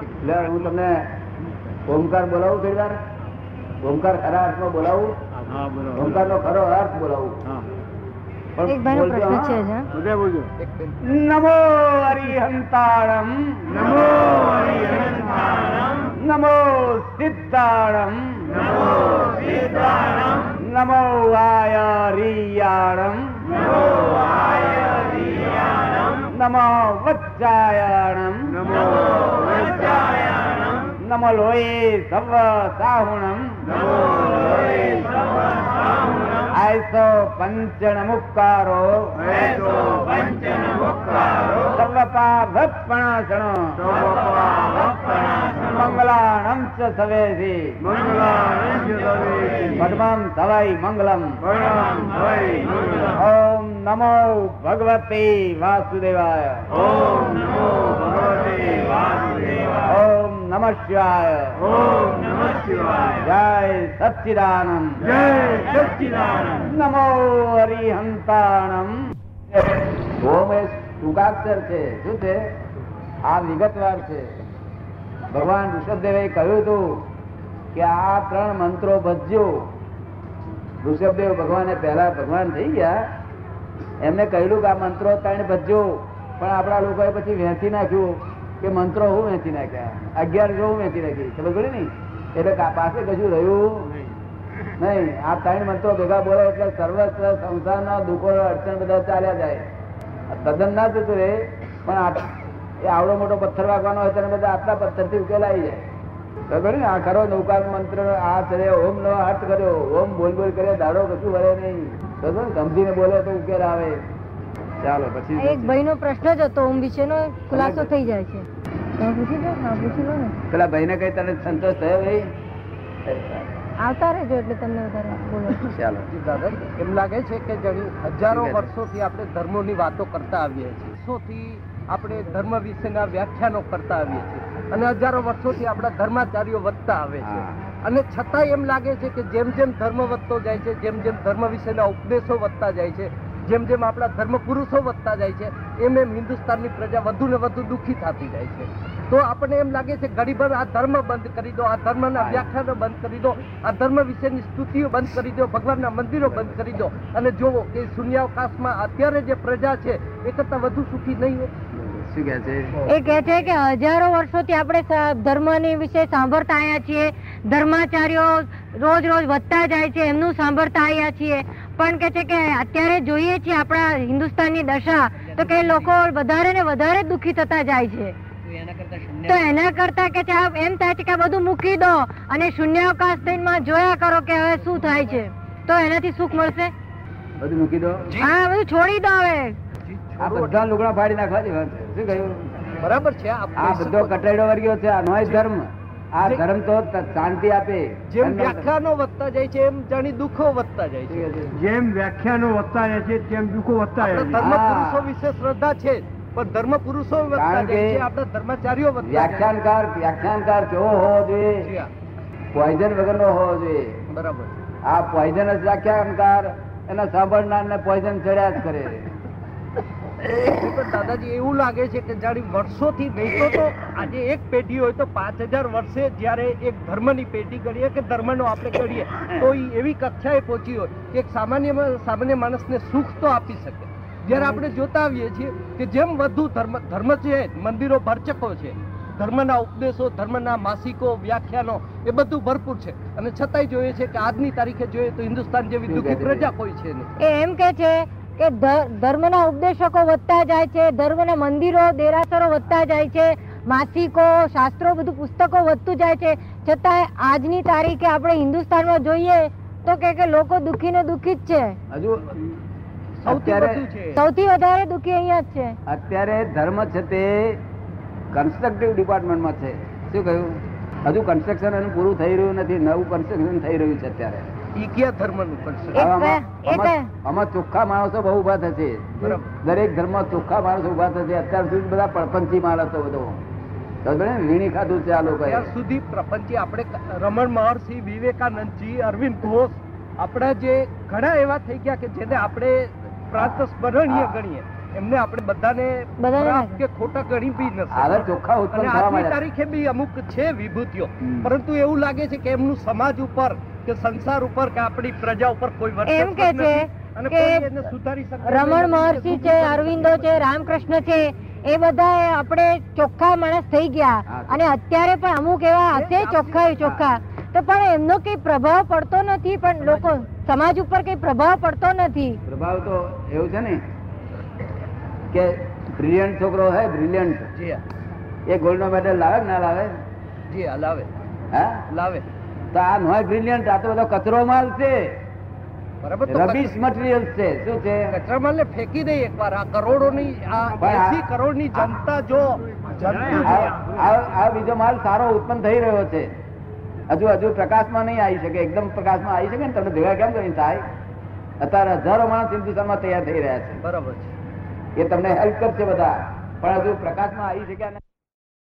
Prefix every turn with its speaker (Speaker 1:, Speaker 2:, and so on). Speaker 1: એટલે હું તમને ઓમકાર બોલાવું થોડી વાર ઓમકાર ખરા અર્થમાં બોલાવું
Speaker 2: હા બરાબર
Speaker 1: ઓમકાર નો ખરો અર્થ બોલાવું
Speaker 2: હા
Speaker 1: પણ
Speaker 3: એક ભાઈનો
Speaker 1: બોલજો,
Speaker 3: પ્રશ્ન છે
Speaker 1: હા.
Speaker 3: જ હા.
Speaker 2: બધા બોલજો
Speaker 4: નમો હરિહંતાળમ
Speaker 2: નમો હરિહંતાણમ,
Speaker 4: નમો સિદ્ધાળમ
Speaker 2: નમો સીતાણમ,
Speaker 4: નમો આયારિયાળમ નમો વચ્ચાયાણમ
Speaker 2: નમો વૈચાયણમ,
Speaker 4: નમો લોયે સવ સાહુણમ
Speaker 2: નમો લોહિતામણમ,
Speaker 4: આયસો પંચણ મુક્કારો
Speaker 2: હૈસો પંચનમુક્તારો,
Speaker 4: સર્વપાભપણાસણો
Speaker 2: સર્વપાવપણાસણો,
Speaker 4: મંગલાણમ ચ સવેસી
Speaker 2: મંગલાણંચ દવે,
Speaker 4: પદ્મમ સવાઈ મંગલમ
Speaker 2: પરમ ભય મંગલમ.
Speaker 4: ઓમ નમો ભગવતે વાસુદેવાય
Speaker 2: ઓમ નમો ભગવતે વાસુદેવાય.
Speaker 4: ઓમ નમઃ શિવાય
Speaker 2: ઓમ નમઃ શિવાય.
Speaker 4: જય સચ્ચિદાનંદ
Speaker 2: જય સચ્ચિદાનંદ
Speaker 4: નમો હરિહંતાણમ
Speaker 1: ઓમ એ ટૂંકાક્ષર છે શું છે આ વિગતવાર છે ભગવાન ઋષભદેવે કહ્યું હતું કે આ ત્રણ મંત્રો ભજ્યો ઋષભદેવ ભગવાને પહેલા ભગવાન થઈ ગયા એમને કહ્યું કે આ મંત્રો ત્રણ ભજ્યો પણ આપણા લોકોએ પછી વહેંચી નાખ્યું કે મંત્રો હું વહેંચી નાખ્યા અગિયાર જો હું વહેંચી નાખી ખબર પડી ને એટલે કા- પાસે કશું રહ્યું નહીં આ ત્રણ મંત્રો ભેગા બોલે એટલે સર્વસ્વ સંસારના દુઃખો અડચણ બધા ચાલ્યા જાય આ તદ્દન ના થતું રહે પણ આ- એ આવડો મોટો પથ્થર વાગવાનો હોય ત્યારે બધા આટલા પથ્થરથી ઉકેલાઈ જાય ખબર ને આ ખરો નૌકાર મંત્ર આ કરે ઓમ નો અર્થ કર્યો ઓમ બોલ બોલ કરે દાડો કશું વળે નહીં ખબર ને? સમજીને બોલે તો ઉકેલ આવે ચાલો
Speaker 3: આ એક
Speaker 1: પછી
Speaker 3: ભાઈનો પ્રશ્ન જ હતો ઓમ વિશેનો ખુલાસો થઈ જાય છે તમે પૂછી લો હા પૂછી લો ને
Speaker 1: પેલા ભાઈને કઈ તને સંતોષ થયો ભાઈ
Speaker 3: આવતા રહેજો એટલે તમને વધારે બોલો
Speaker 1: ચાલો
Speaker 5: એમ લાગે છે કે ઘણી હજારો
Speaker 1: જી, મેડમ.
Speaker 5: વર્ષોથી આપણે ધર્મોની વાતો કરતા આવીએ છીએ વર્ષોથી આપણે ધર્મ વિશેના વ્યાખ્યાનો કરતા આવીએ છીએ અને હજારો વર્ષોથી આપણા ધર્માચાર્યો વધતા આવે છે
Speaker 1: હા.
Speaker 5: અને છતાં એમ લાગે છે કે જેમ જેમ ધર્મ વધતો જાય છે જેમ જેમ ધર્મ વિશેના ઉપદેશો વધતા જાય છે જેમ જેમ આપણા ધર્મ પુરુષો વધતા જાય છે એમ એમ હિન્દુસ્તાનની પ્રજા વધુ ને વધુ દુઃખી થતી જાય છે તો આપણને એમ લાગે છે ઘડી ભર આ ધર્મ બંધ કરી દો આ ધર્મના વ્યાખ્યાનો બંધ કરી દો આ ધર્મ વિશેની સ્તુતિઓ બંધ કરી દો ભગવાનના મંદિરો બંધ કરી દો અને જોવો કે શૂન્યાવકાશમાં અત્યારે જે પ્રજા છે એ કરતાં વધુ સુખી નહીં હોય
Speaker 1: શું કે છે
Speaker 3: એ કહે છે કે હજારો વર્ષોથી આપણે સ- ધર્મની વિશે સાંભળતા આવ્યા છીએ ધર્માચાર્યો રોજ રોજ વધતા જાય છે એમનું સાંભળતા આવ્યા છીએ પણ કે છે કે અત્યારે જોઈએ છીએ આપણા હિન્દુસ્તાનની દશા તો કે લોકો વધારે ને વધારે દુઃખી થતા જાય છે તો એના કરતા કે છે આ એમ થાય છે કે આ બધું મૂકી દો અને શૂન્યાવકાશ થઈમાં જોયા કરો કે હવે શું થાય છે તો એનાથી સુખ મળશે
Speaker 1: બધું મૂકી દો
Speaker 3: હા બધું છોડી દો હવે
Speaker 1: આ બધા લુગડા ફાડી નાખવા જેવા છે શું કહ્યું
Speaker 5: બરાબર છે આ
Speaker 1: આ બધો કટાયડો વર્ગ્યો છે આ નોય ધર્મ આ ધર્મ તો ત- શાંતિ આપે
Speaker 5: જેમ વ્યાખ્યાનો વધતા જાય છે એમ જાણી દુઃખો વધતા જાય છે
Speaker 2: જેમ વ્યાખ્યાનો વધતા રહે છે તેમ દુઃખો વધતા રહે છે
Speaker 5: આપણા ધર્મ
Speaker 1: હા.
Speaker 5: પુરુષો વિશે શ્રદ્ધા છે જ, પણ ધર્મ પુરુષો વધતા
Speaker 1: કારણ કે
Speaker 5: જાય છે આપણા ધર્માચાર્યો વધતા જાય છે.
Speaker 1: વ્યાખ્યાનકાર વ્યાખ્યાનકાર કેવો હોવો
Speaker 5: જી
Speaker 1: જોઈએ
Speaker 5: હા,
Speaker 1: પોઈઝન વગરનો હોવો જોઈએ
Speaker 5: બરાબર
Speaker 1: આ પોઈઝન જ વ્યાખ્યાનકાર એના સાંભળનારને પોઈઝન ચડ્યા જ કરે
Speaker 5: પણ દાદાજી એવું લાગે છે કે જાણે વર્ષોથી નહીં તો તો આજે એક પેઢી હોય તો પાંચ હજાર વર્ષે જ્યારે એક ધર્મની પેઢી ગણીએ કે ધર્મનો આપણે ગણીએ તો ઈ એવી કક્ષાએ પહોંચી હોય કે એક સામાન્ય સામાન્ય માણસને સુખ તો આપી શકે જ્યારે આપણે જોતા આવીએ છીએ કે જેમ વધુ ધર્મ ધર્મ છે મંદિરો ભરચકો છે ધર્મના ઉપદેશો ધર્મના માસિકો વ્યાખ્યાનો એ બધું ભરપૂર છે અને છતાંય જોઈએ છે કે આજની તારીખે જોઈએ તો હિન્દુસ્તાન જેવી દુઃખી પ્રજા કોઈ છે નહીં
Speaker 3: એ એમ કે છે કે ધ- ધર્મના ઉપદેશકો વધતા જાય છે ધર્મના મંદિરો દેરાસરો વધતા જાય છે માસિકો શાસ્ત્રો બધું પુસ્તકો વધતું જાય છે છતાંય આજની તારીખે આપણે હિન્દુસ્તાનમાં જોઈએ તો કે કે લોકો દુઃખી ને દુઃખી જ છે
Speaker 1: હજુ
Speaker 5: સૌથી
Speaker 1: અત્યારે
Speaker 5: વધુ છે
Speaker 3: સૌથી વધારે દુઃખી અહીંયા જ છે
Speaker 1: અત્યારે ધર્મ છે તે કન્સ્ટ્રક્ટિવ ડિપાર્ટમેન્ટમાં છે શું કહ્યું હજુ કન્સ્ટ્રક્શન એનું પૂરું થઈ રહ્યું નથી નવું કન્સ્ટ્રક્શન થઈ રહ્યું છે અત્યારે
Speaker 5: ઈ કયા ધર્મનું કરશે
Speaker 3: એક
Speaker 1: હવે આમાં-
Speaker 3: વે- એક
Speaker 1: આમાં- આમાં ચોખ્ખા માણસો બહુ ઉભા થશે
Speaker 5: બરાબર.
Speaker 1: દરેક ધર્મ ચોખ્ખા માણસો ઉભા થશે અત્યાર સુધી બધા પડપંચી માણસો બધો સમજો ને? વીણી ખાધું છે આ લોકોએ
Speaker 5: અત્યાર સુધી પ્રપંચી આપણે ક- રમણ મહર્ષિ વિવેકાનંદજી અરવિંદ ઘોષ આપણા જે ઘણા એવા થઈ ગયા કે જેને આપણે પ્રાંત સ્મરણીય
Speaker 1: હા.
Speaker 5: ગણીએ એમને આપણે બધાને
Speaker 3: બધાને
Speaker 5: ખરાબ કે ખોટા ગણી બી નથી
Speaker 1: હવે ચોખ્ખા
Speaker 5: અને
Speaker 1: ઉત્પન્ન થવા
Speaker 5: આજની
Speaker 1: માંડ્યા
Speaker 5: તારીખે બી અમુક છે વિભૂતિઓ
Speaker 1: હમ.
Speaker 5: પરંતુ એવું લાગે છે કે એમનું સમાજ ઉપર કે સંસાર ઉપર કે આપણી પ્રજા ઉપર કોઈ વર્ચસ્વ
Speaker 3: એમ કે છે
Speaker 5: નથી અને
Speaker 3: કે
Speaker 5: કોઈ એને સુધારી શકતું નથી.
Speaker 3: રમણ મહર્ષિ છે અરવિંદો છે રામકૃષ્ણ છે એ બધા આપણે ચોખ્ખા માણસ થઈ ગયા
Speaker 1: હા.
Speaker 3: અને અત્યારે પણ અમુક એવા હશે ચોખ્ખા એ ચોખ્ખા તો પણ એમનો કઈ પ્રભાવ પડતો નથી પણ લોકો સમાજ ઉપર કઈ પ્રભાવ પડતો નથી
Speaker 1: પ્રભાવ તો એવું છે ને કે બ્રિલિયન્ટ છોકરો હે બ્રિલિયન્ટ
Speaker 5: જી હા,
Speaker 1: એ ગોલ્ડ નો મેડલ લાવે કે ના લાવે
Speaker 5: જી હા, લાવે
Speaker 1: હા
Speaker 5: લાવે
Speaker 1: તો આ નોય બ્રિલિયન્ટ આ તો બધો કચરો માલ છે
Speaker 5: બરાબર તો
Speaker 1: રબીશ મટીરિયલ છે શું છે
Speaker 5: કચરામાં ને ફેંકી દઈએ એકવાર આ કરોડોની આ
Speaker 1: ભાઈ, આ-
Speaker 5: 80 કરોડની જનતા જો જનતા
Speaker 1: આ આ- આ બીજો માલ સારો ઉત્પન્ન થઈ રહ્યો છે હજુ હજુ પ્રકાશમાં નહીં આવી શકે એકદમ પ્રકાશમાં આવી શકે ને તમને ભેગા કેમ કરીને થાય અત્યારે હજારો માણસ હિન્દુસ્તાનમાં તૈયાર થઈ રહ્યા
Speaker 5: બરાબર છે
Speaker 1: છે એ તમને હેલ્પ કરશે બધા પણ હજુ પ્રકાશમાં આવી શક્યા નથી